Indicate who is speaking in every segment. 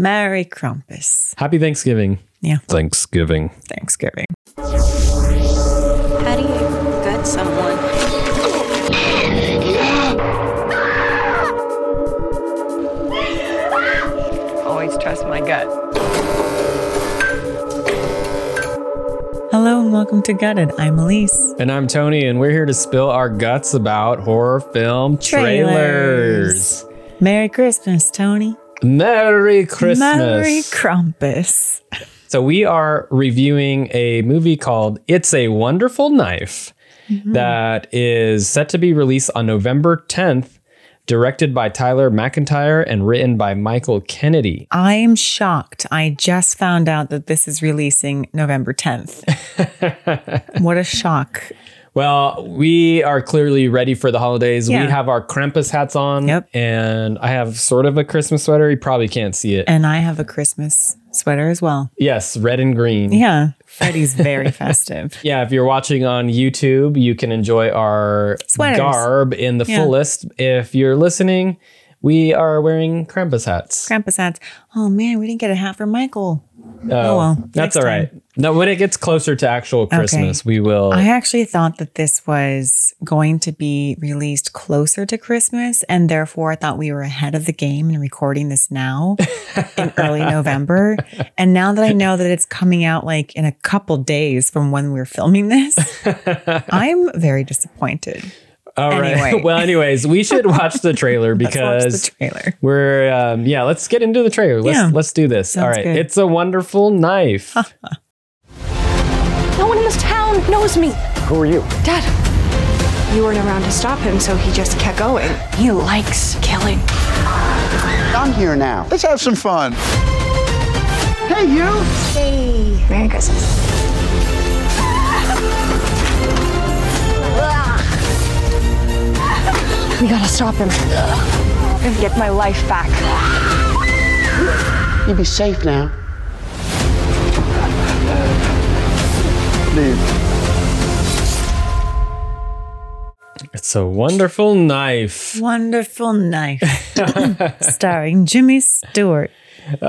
Speaker 1: Merry Krampus.
Speaker 2: Happy Thanksgiving.
Speaker 1: Yeah.
Speaker 2: Thanksgiving.
Speaker 1: Thanksgiving.
Speaker 3: How do you gut someone?
Speaker 4: Always trust my gut.
Speaker 1: Hello and welcome to Gutted. I'm Elise.
Speaker 2: And I'm Tony, and we're here to spill our guts about horror film trailers.
Speaker 1: Merry Christmas, Tony.
Speaker 2: Merry Christmas.
Speaker 1: Merry Krampus.
Speaker 2: so, we are reviewing a movie called It's a Wonderful Knife that is set to be released on November 10th, directed by Tyler McIntyre and written by Michael Kennedy.
Speaker 1: I'm shocked. I just found out that this is releasing November 10th. what a shock.
Speaker 2: Well, we are clearly ready for the holidays.
Speaker 1: Yeah.
Speaker 2: We have our Krampus hats on.
Speaker 1: Yep.
Speaker 2: And I have sort of a Christmas sweater. You probably can't see it.
Speaker 1: And I have a Christmas sweater as well.
Speaker 2: yes, red and green.
Speaker 1: Yeah. Freddy's very festive.
Speaker 2: Yeah, if you're watching on YouTube, you can enjoy our
Speaker 1: Sweaters.
Speaker 2: garb in the
Speaker 1: Yeah.
Speaker 2: fullest. If you're listening, we are wearing Krampus hats.
Speaker 1: Krampus hats. Oh man, we didn't get a hat for Michael. oh well.
Speaker 2: That's
Speaker 1: next
Speaker 2: all
Speaker 1: time.
Speaker 2: right. No, when it gets closer to actual Christmas, we will.
Speaker 1: I actually thought that this was going to be released closer to Christmas, and therefore I thought we were ahead of the game and recording this now in early November. And now that I know that it's coming out like in a couple days from when we were filming this, I'm very disappointed.
Speaker 2: all right.
Speaker 1: anyway.
Speaker 2: well, anyways, we should watch the trailer
Speaker 1: Let's watch
Speaker 2: because
Speaker 1: the trailer.
Speaker 2: We're um, yeah, let's get into the trailer. Let's
Speaker 1: Yeah.
Speaker 2: let's do this. All
Speaker 1: Sounds
Speaker 2: right.
Speaker 1: good.
Speaker 2: It's a wonderful knife.
Speaker 5: No one in this town knows me.
Speaker 6: Who are you?
Speaker 5: Dad. You weren't around to stop him, so he just kept going. He likes killing.
Speaker 6: I'm here now. Let's have some fun. Hey, you!
Speaker 5: Hey. Merry Christmas. We gotta stop him. And get my life back.
Speaker 6: You be safe now. Leave.
Speaker 2: It's a wonderful knife.
Speaker 1: Wonderful Knife, starring Jimmy Stewart. Just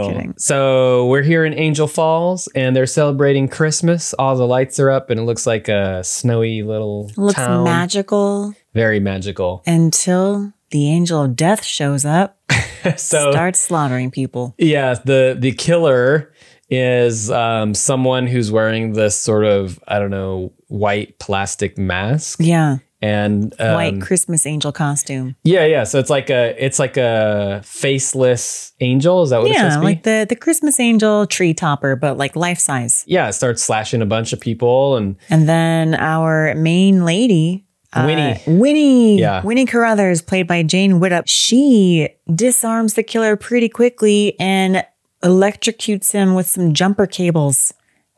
Speaker 2: Oh,
Speaker 1: kidding.
Speaker 2: So we're here in Angel Falls and they're celebrating Christmas. All the lights are up and it looks like a snowy little
Speaker 1: Looks
Speaker 2: town.
Speaker 1: magical
Speaker 2: Very magical.
Speaker 1: until the angel of death shows up,
Speaker 2: So
Speaker 1: starts slaughtering people.
Speaker 2: yeah, the the killer is um, someone who's wearing this sort of I don't know white plastic mask
Speaker 1: Yeah.
Speaker 2: and um,
Speaker 1: White Christmas angel costume.
Speaker 2: Yeah, yeah. So it's like a it's like a faceless angel. Is that what it's supposed
Speaker 1: Yeah,
Speaker 2: to
Speaker 1: like
Speaker 2: be?
Speaker 1: the, the Christmas angel tree topper, but like life size.
Speaker 2: yeah, it starts slashing a bunch of people and
Speaker 1: And then our main lady, uh,
Speaker 2: Winnie.
Speaker 1: Winnie.
Speaker 2: Yeah.
Speaker 1: Winnie Carruthers, played by Jane Whittup. She disarms the killer pretty quickly and electrocutes him with some jumper cables.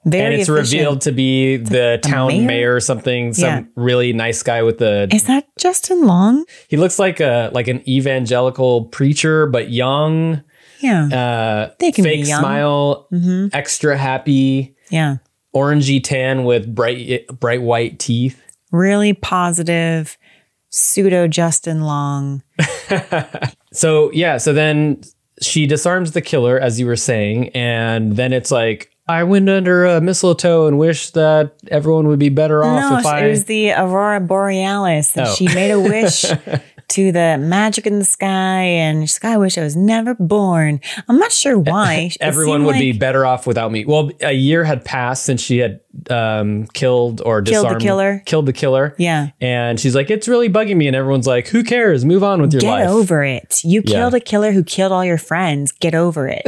Speaker 1: Very
Speaker 2: and it's
Speaker 1: efficient.
Speaker 2: revealed to be the town
Speaker 1: mayor?
Speaker 2: mayor? or something, some
Speaker 1: Yeah.
Speaker 2: really nice guy with the
Speaker 1: Is that Justin Long?
Speaker 2: he looks like a like an evangelical preacher, but young,
Speaker 1: Yeah.
Speaker 2: uh
Speaker 1: They can be
Speaker 2: fake
Speaker 1: young. Mm-hmm.
Speaker 2: smile, extra happy,
Speaker 1: yeah.
Speaker 2: orangey tan with bright bright white teeth.
Speaker 1: Really positive, pseudo Justin Long.
Speaker 2: So yeah, so then she disarms the killer, as you were saying, and then it's like I went under a mistletoe and wish that everyone would be better off
Speaker 1: No,
Speaker 2: Oh, if
Speaker 1: she-
Speaker 2: I.
Speaker 1: it was the Aurora Borealis, and
Speaker 2: Oh.
Speaker 1: she made a wish to the magic in the sky, and she's like, "I wish I was never born." I'm not sure why. It
Speaker 2: E-, Everyone
Speaker 1: seemed
Speaker 2: would be
Speaker 1: like
Speaker 2: better off without me. Well, a year had passed since she had um, killed or
Speaker 1: Killed the
Speaker 2: disarmed
Speaker 1: killer.
Speaker 2: Killed the killer.
Speaker 1: Yeah.
Speaker 2: and she's like, "It's really bugging me," and everyone's like, "Who cares? Move on with your
Speaker 1: Get
Speaker 2: life."
Speaker 1: over it. You
Speaker 2: Yeah.
Speaker 1: killed a killer who killed all your friends. Get over it.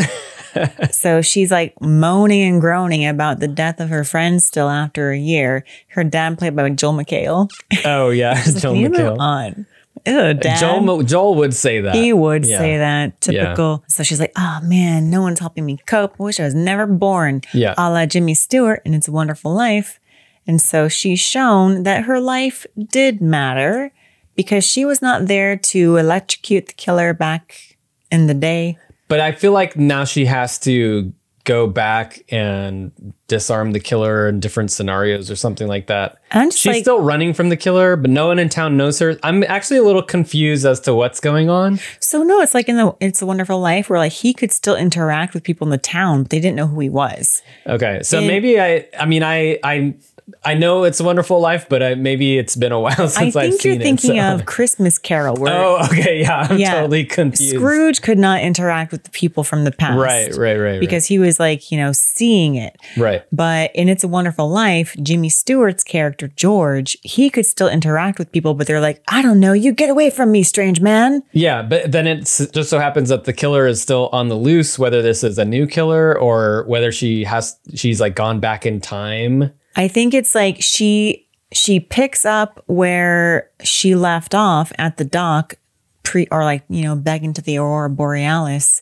Speaker 1: so she's like moaning and groaning about the death of her friends still after a year. Her dad, played by Joel McHale,
Speaker 2: Oh yeah, Joel
Speaker 1: Leave her
Speaker 2: McHale. Uh,
Speaker 1: on. Ew, dad.
Speaker 2: Joel, Mo- Joel would say that.
Speaker 1: He would
Speaker 2: Yeah.
Speaker 1: say that. Typical. So she's like, oh man, no one's helping me cope. Wish I was never born.
Speaker 2: Yeah.
Speaker 1: A la Jimmy Stewart and It's a Wonderful Life. And so she's shown that her life did matter because she was not there to electrocute the killer back in the day.
Speaker 2: But I feel like now she has to go back and disarm the killer in different scenarios or something like that.
Speaker 1: I'm just
Speaker 2: She's
Speaker 1: like,
Speaker 2: still running from the killer, but no one in town knows her. I'm actually a little confused as to what's going on.
Speaker 1: so no, it's like in the It's a Wonderful Life where like he could still interact with people in the town, but they didn't know who he was.
Speaker 2: Okay, so
Speaker 1: And-
Speaker 2: maybe I. I mean, I, I, I know it's a Wonderful Life, but I, maybe it's been a while since
Speaker 1: I
Speaker 2: have
Speaker 1: think
Speaker 2: seen
Speaker 1: you're thinking
Speaker 2: it. so-
Speaker 1: of Christmas Carol where
Speaker 2: Oh, okay, yeah, I'm
Speaker 1: Yeah.
Speaker 2: totally confused.
Speaker 1: Scrooge could not interact with the people from the past.
Speaker 2: Right, right, right, right.
Speaker 1: Because he was like, you know, seeing it.
Speaker 2: Right.
Speaker 1: But in It's a Wonderful Life, Jimmy Stewart's character, George, he could still interact with people, but they're like, I don't know, you get away from me, strange man.
Speaker 2: Yeah, but then it just so happens that the killer is still on the loose, whether this is a new killer or whether she has she's like gone back in time.
Speaker 1: I think it's like she she picks up where she left off at the dock pre or like, you know, back into the aurora borealis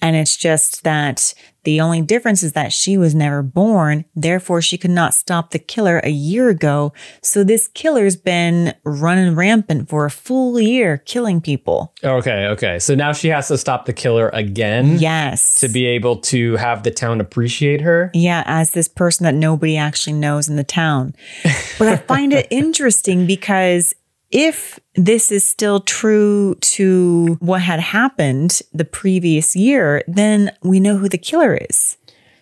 Speaker 1: and it's just that the only difference is that she was never born, therefore she could not stop the killer a year ago. So this killer's been running rampant for a full year killing people.
Speaker 2: Okay, okay. So now she has to stop the killer again
Speaker 1: Yes.
Speaker 2: to be able to have the town appreciate her.
Speaker 1: Yeah, as this person that nobody actually knows in the town. But I find it interesting because if this is still true to what had happened the previous year, then we know who the killer is.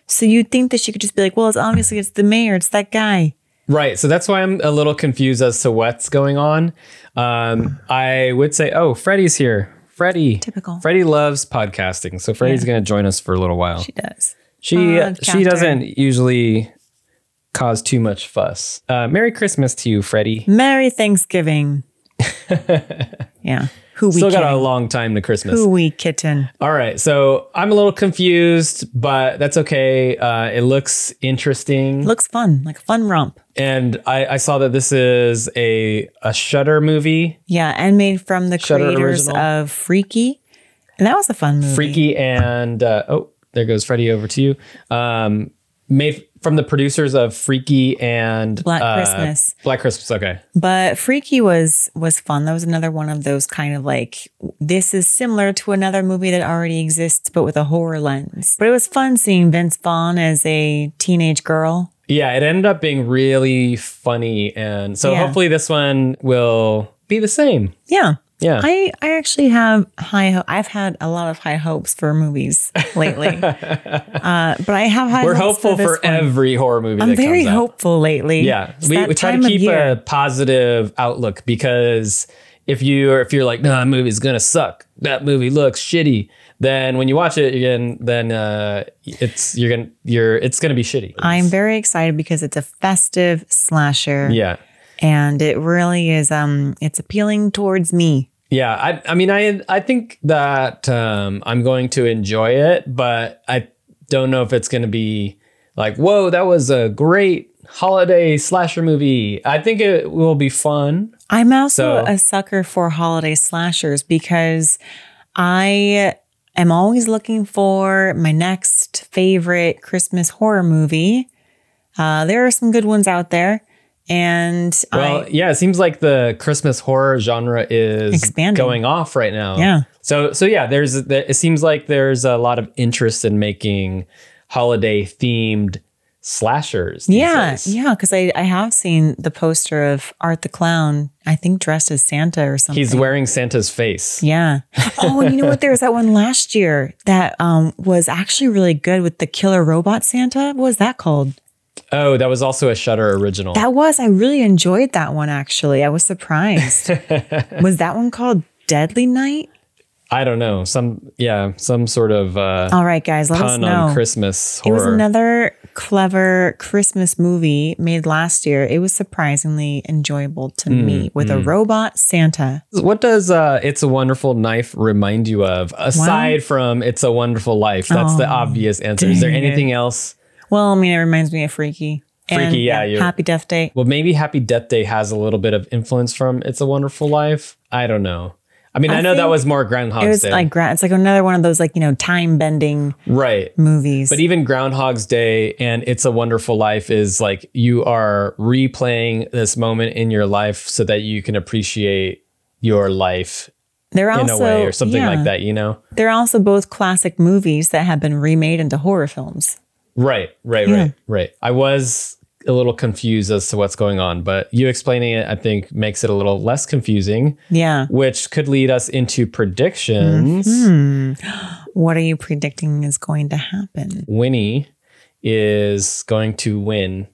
Speaker 1: So you'd think that she could just be like, well, it's obviously it's the mayor, it's that guy.
Speaker 2: Right. So that's why I'm a little confused as to what's going on. Um, I would say, oh, Freddie's here. Freddie.
Speaker 1: Typical.
Speaker 2: Freddie loves podcasting. So Freddie's going to join us for a little while.
Speaker 1: She does.
Speaker 2: She uh,
Speaker 1: Oh,
Speaker 2: she
Speaker 1: Catherine.
Speaker 2: doesn't usually cause too much fuss. Uh, Merry Christmas to you, Freddie.
Speaker 1: Merry Thanksgiving. yeah. Who we
Speaker 2: Still
Speaker 1: kitten.
Speaker 2: got a long time to Christmas.
Speaker 1: Who we kitten.
Speaker 2: All right, so I'm a little confused, but that's okay. Uh, it looks interesting,
Speaker 1: Looks fun, like a fun romp.
Speaker 2: and I, I saw that this is a a Shutter movie,
Speaker 1: Yeah, and made from the
Speaker 2: Shudder
Speaker 1: creators
Speaker 2: original.
Speaker 1: of Freaky. And that was a fun movie.
Speaker 2: freaky, and uh, oh, there goes Freddie over to you. Um, made from the producers of Freaky and
Speaker 1: Black
Speaker 2: uh,
Speaker 1: Christmas.
Speaker 2: Black Christmas. Okay,
Speaker 1: But Freaky was was fun. That was another one of those kind of like this is similar to another movie that already exists, but with a horror lens. But it was fun seeing Vince Vaughn as a teenage girl.
Speaker 2: Yeah, it ended up being really funny. And so
Speaker 1: Yeah.
Speaker 2: hopefully this one will be the same.
Speaker 1: Yeah.
Speaker 2: Yeah.
Speaker 1: I, I actually have high ho- I've had a lot of high hopes for movies lately. uh, but I have high
Speaker 2: We're
Speaker 1: hopes
Speaker 2: hopeful for,
Speaker 1: for, this one.
Speaker 2: every horror movie
Speaker 1: I'm
Speaker 2: that
Speaker 1: very
Speaker 2: comes out.
Speaker 1: hopeful lately.
Speaker 2: Yeah.
Speaker 1: It's
Speaker 2: We,
Speaker 1: that
Speaker 2: we try
Speaker 1: time
Speaker 2: to
Speaker 1: of
Speaker 2: keep
Speaker 1: year.
Speaker 2: a positive outlook because if you or if you're like, no, that movie's gonna suck. That movie looks shitty. Then when you watch it again, then uh, it's you're gonna you're it's gonna be shitty.
Speaker 1: I'm very excited because it's a festive slasher.
Speaker 2: yeah.
Speaker 1: and it really is um it's appealing towards me
Speaker 2: Yeah, I, I mean, I, I think that um, I'm going to enjoy it, but I don't know if it's going to be like, whoa, that was a great holiday slasher movie. I think it will be fun.
Speaker 1: i'm also
Speaker 2: So-
Speaker 1: a sucker for holiday slashers because i am always looking for my next favorite christmas horror movie uh, there are some good ones out there and
Speaker 2: Well,
Speaker 1: I,
Speaker 2: yeah, it seems like the Christmas horror genre is
Speaker 1: Expanding.
Speaker 2: going off right now.
Speaker 1: Yeah.
Speaker 2: So, so yeah, there's it seems like there's a lot of interest in making holiday themed slashers. these
Speaker 1: yeah
Speaker 2: days.
Speaker 1: yeah because I, I have seen the poster of art the clown i think dressed as santa or something
Speaker 2: He's wearing Santa's face.
Speaker 1: Yeah. Oh, and you know what? There was that one last year that um, was actually really good with the killer robot Santa. What was that called?
Speaker 2: Oh, that was also a Shutter original.
Speaker 1: That was, I really enjoyed that one actually. I was surprised. was that one called Deadly Night?
Speaker 2: I don't know. Some yeah, some sort of uh,
Speaker 1: All right, guys, Oh, let us
Speaker 2: pun
Speaker 1: know.
Speaker 2: on Christmas
Speaker 1: it
Speaker 2: horror.
Speaker 1: was another clever Christmas movie made last year. It was surprisingly enjoyable to
Speaker 2: Hmm,
Speaker 1: me with a robot Santa.
Speaker 2: what does uh, "It's a Wonderful Knife" remind you of? Aside from "It's a Wonderful Life," that's the obvious answer. Is there
Speaker 1: Oh, dang it.
Speaker 2: anything else?
Speaker 1: Well, I mean, it reminds me of Freaky.
Speaker 2: Freaky,
Speaker 1: And,
Speaker 2: yeah, you're-
Speaker 1: Happy Death Day.
Speaker 2: Well, maybe "Happy Death Day" has a little bit of influence from "It's a Wonderful Life." I don't know. I mean, I, know that
Speaker 1: think
Speaker 2: was more Groundhog's
Speaker 1: It was
Speaker 2: Day,
Speaker 1: like gra- it's like another one of those like you know time bending
Speaker 2: right?
Speaker 1: movies.
Speaker 2: But e- even Groundhog's Day and It's a Wonderful Life is like you are replaying this moment in your life so that you can appreciate your life
Speaker 1: they're
Speaker 2: in
Speaker 1: also
Speaker 2: a way or something
Speaker 1: yeah.
Speaker 2: like that, you know?
Speaker 1: They're also both classic movies that have been remade into horror films.
Speaker 2: Right, right,
Speaker 1: Yeah.
Speaker 2: right, right. I was a little confused as to what's going on, but you explaining it, I think, makes it a little less confusing,
Speaker 1: Yeah.
Speaker 2: which could lead us into predictions.
Speaker 1: Mm-hmm. What are you predicting is going to happen?
Speaker 2: Winnie is going to win.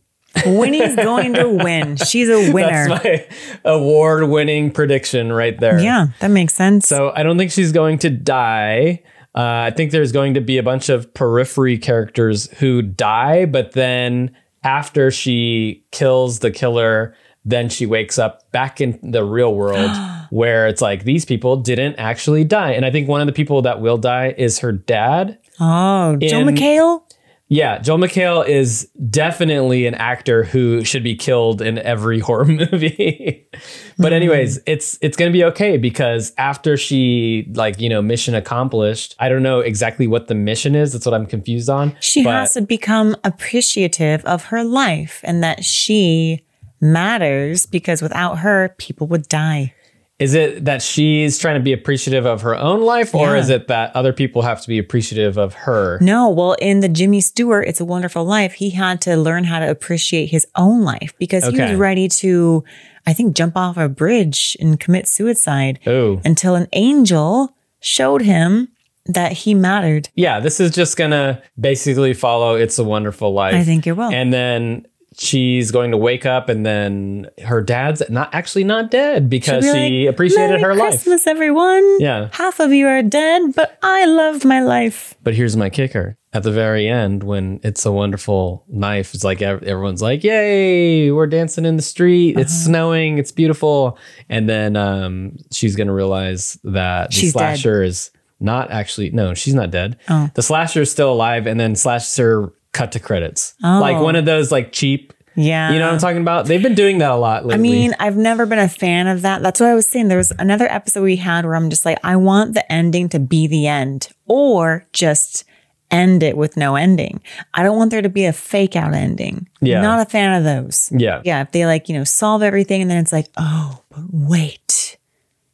Speaker 1: Winnie's going to win. She's a winner.
Speaker 2: That's my award winning prediction right there.
Speaker 1: yeah, that makes sense.
Speaker 2: So I don't think she's going to die. Uh, I think there's going to be a bunch of periphery characters who die, but then after she kills the killer, then she wakes up back in the real world where it's like these people didn't actually die. And I think one of the people that will die is her dad.
Speaker 1: oh, Joe
Speaker 2: in-
Speaker 1: McHale?
Speaker 2: Yeah, Joel McHale is definitely an actor who should be killed in every horror movie.
Speaker 1: Mm-hmm.
Speaker 2: but anyways, it's it's going to be okay because after she like, you know, mission accomplished, I don't know exactly what the mission is. That's what I'm confused on.
Speaker 1: She
Speaker 2: but
Speaker 1: has to become appreciative of her life and that she matters because without her, people would die.
Speaker 2: is it that she's trying to be appreciative of her own life or
Speaker 1: Yeah.
Speaker 2: is it that other people have to be appreciative of her?
Speaker 1: No, well, in the Jimmy Stewart, It's a Wonderful Life, he had to learn how to appreciate his own life because he
Speaker 2: Okay.
Speaker 1: was ready to, I think, jump off a bridge and commit suicide
Speaker 2: Oh.
Speaker 1: until an angel showed him that he mattered.
Speaker 2: Yeah, this is just going to basically follow It's a Wonderful Life.
Speaker 1: I think it will.
Speaker 2: And then she's going to wake up, and then her dad's not actually not dead because
Speaker 1: Be
Speaker 2: she
Speaker 1: like,
Speaker 2: appreciated
Speaker 1: "Merry
Speaker 2: her life.
Speaker 1: Christmas, everyone.
Speaker 2: Yeah.
Speaker 1: Half of you are dead, but I love my life.
Speaker 2: But here's my kicker. At the very end, when it's a wonderful knife, it's like ev- everyone's like, "Yay, we're dancing in the street! It's
Speaker 1: Uh-huh.
Speaker 2: snowing! It's beautiful!" And then um, she's gonna realize that the
Speaker 1: She's dead. Oh.
Speaker 2: slasher is not actually no, she's not dead. The slasher is still alive, and then slasher cut to credits, like one of those like cheap.
Speaker 1: Oh. Yeah.
Speaker 2: You know what I'm talking about? They've been doing that a lot
Speaker 1: I
Speaker 2: lately.
Speaker 1: mean, I've never been a fan of that. That's what I was saying. There was another episode we had where I'm just like, I want the ending to be the end or just end it with no ending. I don't want there to be a fake out ending.
Speaker 2: Yeah.
Speaker 1: Not a fan of those.
Speaker 2: yeah.
Speaker 1: Yeah. If they like, you know, solve everything and then it's like, oh, but wait,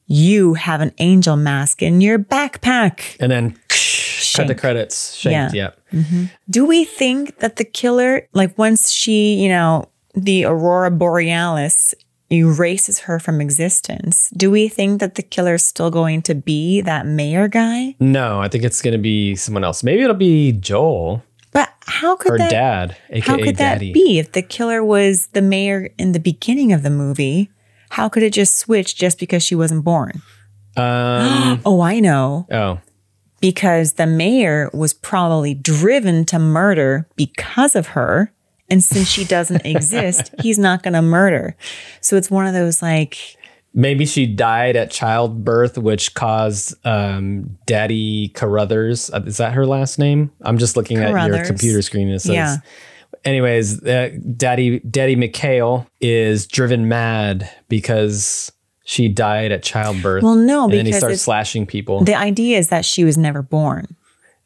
Speaker 1: you have an angel mask in your backpack.
Speaker 2: and then cut the
Speaker 1: Shanked.
Speaker 2: credits. Shanked, yeah.
Speaker 1: Do we think that the killer, like once she, you know, the Aurora Borealis erases her from existence, do we think that the killer's still going to be that mayor guy?
Speaker 2: No, I think it's gonna be someone else. Maybe it'll be Joel,
Speaker 1: But how could
Speaker 2: her
Speaker 1: that
Speaker 2: dad, aka
Speaker 1: how could
Speaker 2: Daddy.
Speaker 1: that be if the killer was the mayor in the beginning of the movie? How could it just switch just because she wasn't born?
Speaker 2: Um,
Speaker 1: Oh, I know.
Speaker 2: oh,
Speaker 1: Because the mayor was probably driven to murder because of her. And since she doesn't exist, he's not going to murder. So it's one of those like,
Speaker 2: maybe she died at childbirth, which caused um, Daddy Carruthers. uh, Is that her last name? I'm just looking at your
Speaker 1: Carruthers.
Speaker 2: computer screen. and It says.
Speaker 1: Yeah.
Speaker 2: Anyways, uh, Daddy Daddy McHale is driven mad because she died at childbirth.
Speaker 1: Well, no,
Speaker 2: and then he
Speaker 1: because
Speaker 2: starts
Speaker 1: it's-
Speaker 2: slashing people.
Speaker 1: the idea is that she was never born.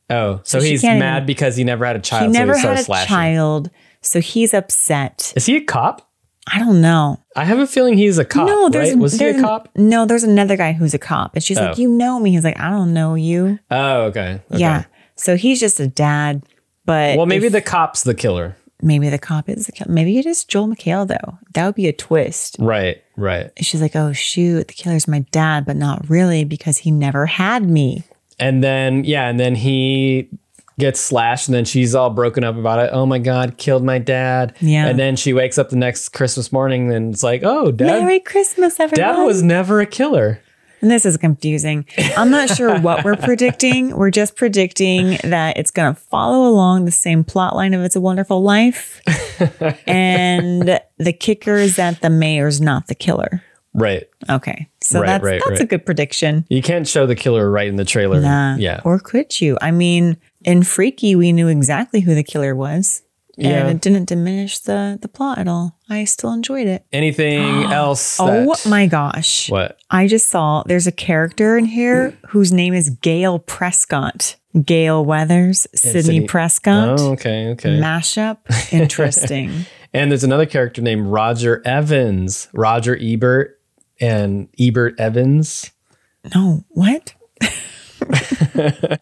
Speaker 2: Oh, so,
Speaker 1: she
Speaker 2: he's
Speaker 1: can't
Speaker 2: mad
Speaker 1: even-
Speaker 2: because he never had a child.
Speaker 1: he never
Speaker 2: Ah, so he
Speaker 1: had
Speaker 2: starts
Speaker 1: a
Speaker 2: slashing.
Speaker 1: child. So he's upset.
Speaker 2: Is he a cop?
Speaker 1: I don't know.
Speaker 2: I have a feeling he's a cop.
Speaker 1: no, there's
Speaker 2: Ah, right? was he
Speaker 1: there's
Speaker 2: a
Speaker 1: an-
Speaker 2: cop?
Speaker 1: No, there's another guy who's a cop. And she's like,
Speaker 2: Oh.
Speaker 1: You know me. He's like, I don't know you.
Speaker 2: Oh, okay. okay.
Speaker 1: Yeah. So he's just a dad. But
Speaker 2: Well, maybe
Speaker 1: if-
Speaker 2: the cop's the killer.
Speaker 1: maybe the cop is the killer. Maybe it is Joel McHale though. That would be a twist.
Speaker 2: Right. Right.
Speaker 1: And She's like, Oh shoot, the killer's my dad, but not really because he never had me.
Speaker 2: And then yeah, and then he gets slashed, and then she's all broken up about it. Oh my god, killed my dad.
Speaker 1: Yeah.
Speaker 2: And then she wakes up the next Christmas morning, and it's like, oh, dad,
Speaker 1: Merry Christmas, everyone.
Speaker 2: dad was never a killer.
Speaker 1: And This is confusing. I'm not sure what we're predicting. We're just predicting that it's going to follow along the same plot line of It's a Wonderful Life. and the kicker is that the mayor's not the killer.
Speaker 2: Right.
Speaker 1: Okay. So
Speaker 2: Right,
Speaker 1: that's,
Speaker 2: right,
Speaker 1: that's a
Speaker 2: right.
Speaker 1: good prediction.
Speaker 2: You can't show the killer right in the trailer.
Speaker 1: Nah.
Speaker 2: Yeah.
Speaker 1: Or could you? I mean, in Freaky, we knew exactly who the killer was. And
Speaker 2: Yeah.
Speaker 1: it didn't diminish the, the plot at all. I still enjoyed it.
Speaker 2: Anything else? that-
Speaker 1: oh my gosh.
Speaker 2: What?
Speaker 1: I just saw there's a character in here whose name is Gail Prescott. Gail Weathers, Sydney
Speaker 2: Sydney-
Speaker 1: Prescott.
Speaker 2: Oh, okay. Okay.
Speaker 1: Mashup. Interesting.
Speaker 2: And there's another character named Roger Evans, Roger Ebert, and Ebert Evans.
Speaker 1: no, what?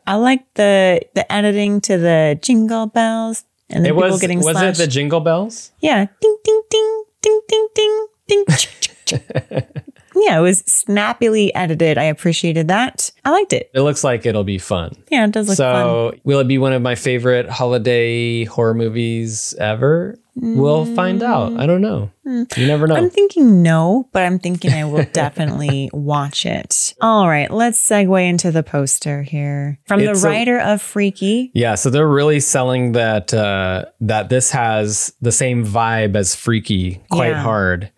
Speaker 1: I like the the editing to the jingle bells. and then
Speaker 2: It
Speaker 1: people
Speaker 2: was
Speaker 1: getting
Speaker 2: was
Speaker 1: slashed.
Speaker 2: it the Jingle Bells?
Speaker 1: yeah, ding ding ding ding ding ding ding. chik, chik, chik. yeah, it was snappily edited. I appreciated that. I liked it.
Speaker 2: It looks like it'll be fun.
Speaker 1: Yeah, it does look fun.
Speaker 2: so will it be one of my favorite holiday horror movies ever? We'll find out. I don't know.
Speaker 1: Hmm.
Speaker 2: You never know.
Speaker 1: I'm thinking no, but I'm thinking I will definitely watch it. All right, let's segue into the poster here from
Speaker 2: It's a-
Speaker 1: the writer of Freaky.
Speaker 2: yeah, so they're really selling that uh, that this has the same vibe as Freaky quite
Speaker 1: Yeah.
Speaker 2: hard.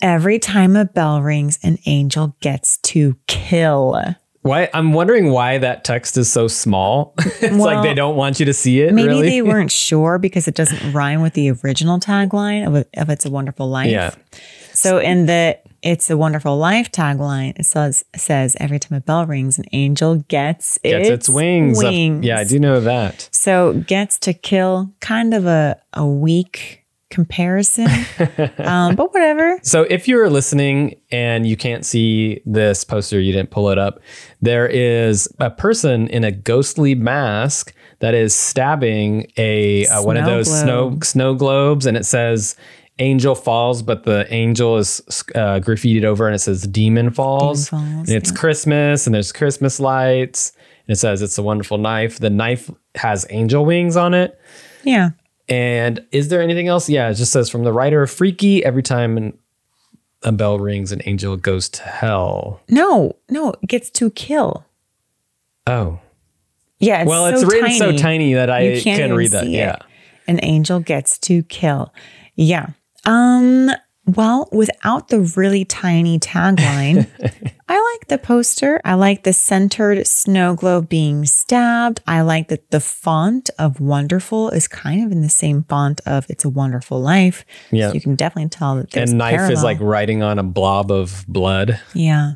Speaker 1: Every time a bell rings, an angel gets to kill.
Speaker 2: Why I'm wondering why that text is so small. it's like
Speaker 1: Well,
Speaker 2: they don't want you to see it.
Speaker 1: Maybe
Speaker 2: really,
Speaker 1: they weren't sure because it doesn't rhyme with the original tagline of, of It's a Wonderful Life.
Speaker 2: yeah.
Speaker 1: So in the It's a Wonderful Life tagline, it says, says every time a bell rings, an angel gets,
Speaker 2: Gets its, wings. up- Yeah, I do know that.
Speaker 1: So gets to kill, kind of a, a weak comparison, um, but whatever.
Speaker 2: So if you're listening and you can't see this poster, you didn't pull it up, there is a person in a ghostly mask that is stabbing a uh, one of
Speaker 1: Snow
Speaker 2: those snow
Speaker 1: globe.
Speaker 2: snow globes and it says angel falls but the angel is uh, graffitied over and it says demon falls,
Speaker 1: Demon Falls,
Speaker 2: and it's christmas and there's christmas lights and it says it's a wonderful knife the knife has angel wings on it
Speaker 1: Yeah.
Speaker 2: and is there anything else? Yeah, it just says from the writer of Freaky, every time an, a bell rings, an angel goes to hell.
Speaker 1: No, no, it gets to kill.
Speaker 2: Oh.
Speaker 1: Yeah. It's
Speaker 2: well,
Speaker 1: so
Speaker 2: it's written
Speaker 1: tiny.
Speaker 2: so tiny that I
Speaker 1: You
Speaker 2: can
Speaker 1: can't even
Speaker 2: read that.
Speaker 1: see it.
Speaker 2: Yeah.
Speaker 1: An angel gets to kill. Yeah. Um, well, without the really tiny tagline, I like the poster. I like the centered snow globe being stabbed. I like that the font of wonderful is kind of in the same font of It's a Wonderful Life.
Speaker 2: Yeah.
Speaker 1: So you can definitely tell that there's
Speaker 2: and knife is
Speaker 1: parallel.
Speaker 2: like writing on a blob of blood.
Speaker 1: Yeah.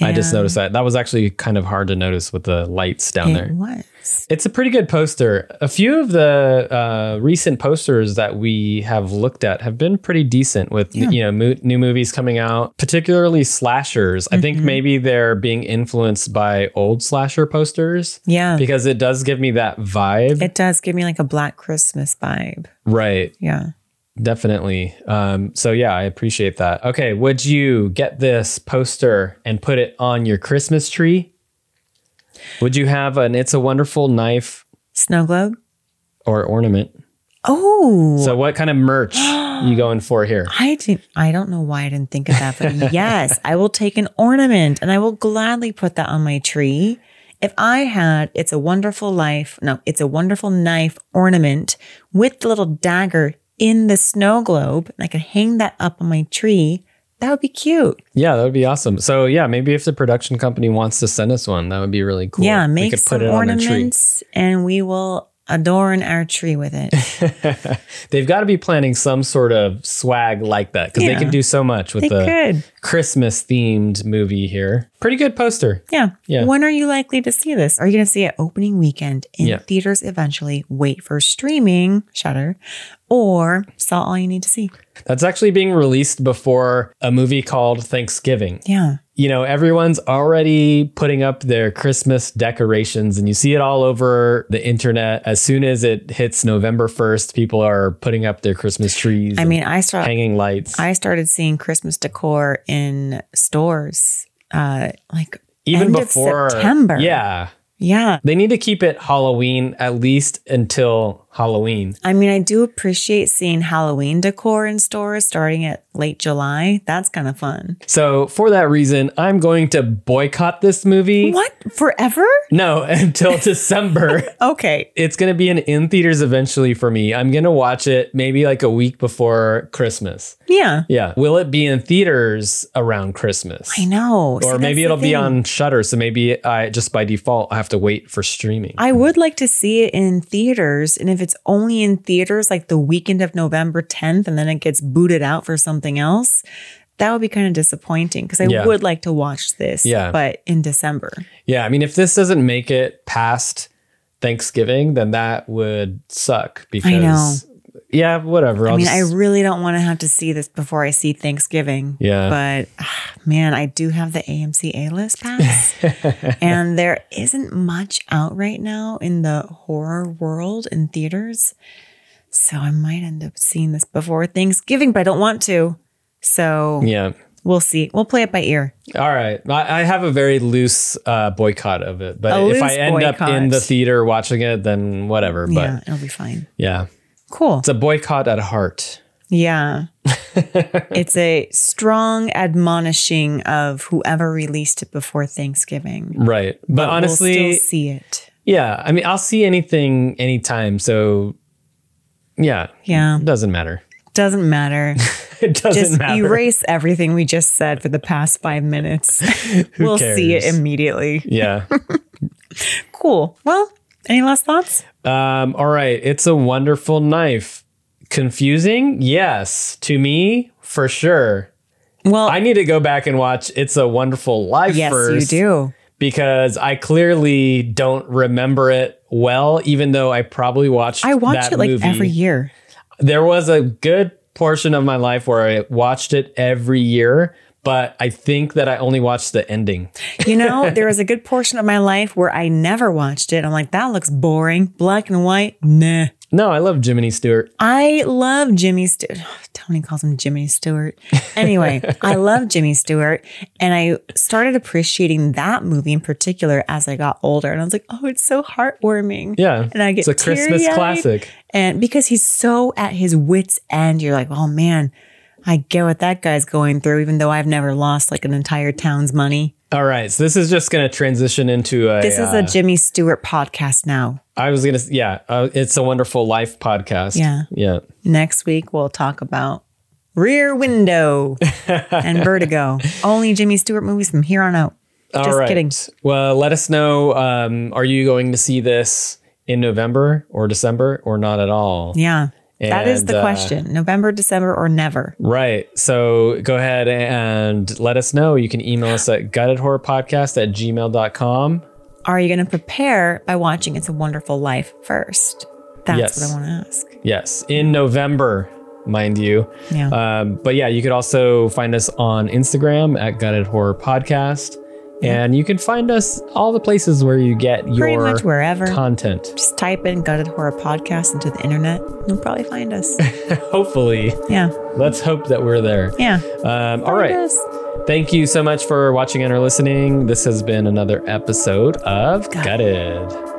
Speaker 2: I just
Speaker 1: And
Speaker 2: noticed that. That was actually kind of hard to notice with the lights down
Speaker 1: it
Speaker 2: there.
Speaker 1: was.
Speaker 2: It's a pretty good poster. A few of the uh, recent posters that we have looked at have been pretty decent with you know mo- new movies coming out, particularly slashers. I
Speaker 1: Mm-hmm.
Speaker 2: think maybe they're being influenced by old slasher posters
Speaker 1: Yeah.
Speaker 2: because it does give me that vibe.
Speaker 1: It does give me like a Black Christmas vibe.
Speaker 2: right,
Speaker 1: Yeah.
Speaker 2: definitely. Um, so yeah, I appreciate that. Okay, would you get this poster and put it on your Christmas tree? Would you have an "It's a Wonderful Knife"
Speaker 1: Snow globe.
Speaker 2: or ornament?
Speaker 1: Oh.
Speaker 2: So what kind of merch you going for here?
Speaker 1: I didn't. I don't know why I didn't think of that, but yes, I will take an ornament and I will gladly put that on my tree. If I had, it's a wonderful life. No, it's a wonderful knife ornament with the little dagger in the snow globe, and I could hang that up on my tree. That would be cute.
Speaker 2: Yeah, that would be awesome. So yeah, maybe if the production company wants to send us one, that would be really cool.
Speaker 1: Yeah,
Speaker 2: We
Speaker 1: make
Speaker 2: could
Speaker 1: some
Speaker 2: our tree.
Speaker 1: ornaments, and we will adorn our tree with it.
Speaker 2: They've got to be planning some sort of swag like that because they
Speaker 1: Yeah.
Speaker 2: can do so much with
Speaker 1: They
Speaker 2: the
Speaker 1: could.
Speaker 2: Christmas themed movie here. Pretty good poster.
Speaker 1: Yeah.
Speaker 2: Yeah.
Speaker 1: When are you likely to see this? Are you going to see it opening weekend in
Speaker 2: Yeah.
Speaker 1: theaters eventually? Wait for streaming, Shutter, or saw all you need to see?
Speaker 2: That's actually being released before a movie called Thanksgiving.
Speaker 1: Yeah.
Speaker 2: You know, everyone's already putting up their Christmas decorations and you see it all over the internet. As soon as it hits November 1st, people are putting up their Christmas trees.
Speaker 1: I
Speaker 2: and-
Speaker 1: mean, I saw
Speaker 2: hanging lights.
Speaker 1: I started seeing Christmas decor in stores uh like
Speaker 2: Even
Speaker 1: end of
Speaker 2: before
Speaker 1: September.
Speaker 2: Yeah.
Speaker 1: Yeah.
Speaker 2: They need to keep it Halloween at least until Halloween.
Speaker 1: I mean, I do appreciate seeing Halloween decor in stores starting at late July. That's kind of fun.
Speaker 2: So for that reason, I'm going to boycott this movie.
Speaker 1: What? Forever?
Speaker 2: No, until December.
Speaker 1: Okay.
Speaker 2: It's going to be an in theaters eventually for me. I'm going to watch it maybe like a week before Christmas.
Speaker 1: Yeah.
Speaker 2: Yeah. Will it be in theaters around Christmas?
Speaker 1: I know. See,
Speaker 2: Or
Speaker 1: that's
Speaker 2: maybe
Speaker 1: the
Speaker 2: it'll be
Speaker 1: thing.
Speaker 2: on Shutter, so maybe I just by default I have to wait for streaming.
Speaker 1: I would like to see it in theaters. And if it's only in theaters like the weekend of November 10th and then it gets booted out for something else, that would be kind of disappointing because I
Speaker 2: Yeah.
Speaker 1: would like to watch this,
Speaker 2: Yeah.
Speaker 1: but in December.
Speaker 2: Yeah, I mean, if this doesn't make it past Thanksgiving, then that would suck because. Yeah, whatever. I'll
Speaker 1: I mean,
Speaker 2: just-
Speaker 1: I really don't want to have to see this before I see Thanksgiving.
Speaker 2: Yeah.
Speaker 1: But ah, man, I do have the AMC A list pass. and there isn't much out right now in the horror world in theaters. So I might end up seeing this before Thanksgiving, but I don't want to. So
Speaker 2: Yeah.
Speaker 1: we'll see. We'll play it by ear.
Speaker 2: All right. I, I have a very loose uh, boycott of it, but
Speaker 1: A
Speaker 2: if I
Speaker 1: loose
Speaker 2: end up in
Speaker 1: boycott.
Speaker 2: the theater watching it, then whatever. But
Speaker 1: yeah,
Speaker 2: yeah.
Speaker 1: it'll be fine. Cool.
Speaker 2: it's a boycott at heart.
Speaker 1: yeah. it's a strong admonishing of whoever released it before Thanksgiving.
Speaker 2: Right. But,
Speaker 1: We'll
Speaker 2: honestly,
Speaker 1: still see it.
Speaker 2: yeah. I mean, I'll see anything anytime. So, yeah.
Speaker 1: Yeah.
Speaker 2: It doesn't matter.
Speaker 1: Doesn't matter.
Speaker 2: It doesn't
Speaker 1: Just
Speaker 2: matter.
Speaker 1: erase everything we just said for the past five minutes. we'll see it
Speaker 2: cares?
Speaker 1: immediately.
Speaker 2: yeah.
Speaker 1: Cool. Well, any last thoughts?
Speaker 2: Um, all right. It's a wonderful knife. Confusing? Yes. To me, for sure.
Speaker 1: Well,
Speaker 2: I need to go back and watch It's a Wonderful Life
Speaker 1: yes,
Speaker 2: first.
Speaker 1: you do.
Speaker 2: Because I clearly don't remember it well, even though I probably watched
Speaker 1: I watch
Speaker 2: that
Speaker 1: it like
Speaker 2: movie.
Speaker 1: every year.
Speaker 2: There was a good portion of my life where I watched it every year, but I think that I only watched the ending.
Speaker 1: You know, there was a good portion of my life where I never watched it. I'm like, that looks boring. Black and white, nah.
Speaker 2: No, I love Jiminy Stewart.
Speaker 1: I love Jimmy Stewart. Tony calls him Jimmy Stewart. Anyway, I love Jimmy Stewart. And I started appreciating that movie in particular as I got older. And I was like, oh, it's so heartwarming.
Speaker 2: Yeah.
Speaker 1: And I get
Speaker 2: it's a Christmas
Speaker 1: teary-eyed.
Speaker 2: classic.
Speaker 1: And because he's so at his wits' end, you're like, oh man, I get what that guy's going through, even though I've never lost like an entire town's money.
Speaker 2: All right. So this is just going to transition into a.
Speaker 1: This is a
Speaker 2: uh,
Speaker 1: Jimmy Stewart podcast now.
Speaker 2: I was gonna, s- yeah, uh, it's a wonderful life podcast.
Speaker 1: Yeah.
Speaker 2: yeah.
Speaker 1: Next week, we'll talk about Rear Window and Vertigo. Only Jimmy Stewart movies from here on out.
Speaker 2: All
Speaker 1: Just
Speaker 2: right.
Speaker 1: kidding.
Speaker 2: Well, let us know. Um, are you going to see this in November or December or not at all?
Speaker 1: Yeah. that is
Speaker 2: And,
Speaker 1: the
Speaker 2: uh,
Speaker 1: question November, December, or never.
Speaker 2: Right. So go ahead and let us know. You can email us at guttedhorrorpodcast at gmail.com.
Speaker 1: Are you going to prepare by watching It's a Wonderful Life first? That's
Speaker 2: Yes.
Speaker 1: what I want to ask.
Speaker 2: Yes, in November, mind you.
Speaker 1: Yeah.
Speaker 2: Um, but yeah, you could also find us on Instagram at Gutted Horror Podcast. And you can find us all the places where you get your
Speaker 1: Pretty much wherever.
Speaker 2: content.
Speaker 1: Just type in Gutted Horror Podcast into the internet. You'll probably find us.
Speaker 2: Hopefully,
Speaker 1: Yeah.
Speaker 2: let's hope that we're there.
Speaker 1: Yeah.
Speaker 2: Um, all
Speaker 1: Find
Speaker 2: right.
Speaker 1: us.
Speaker 2: Thank you so much for watching and or listening. This has been another episode of
Speaker 1: Gut.
Speaker 2: Gutted.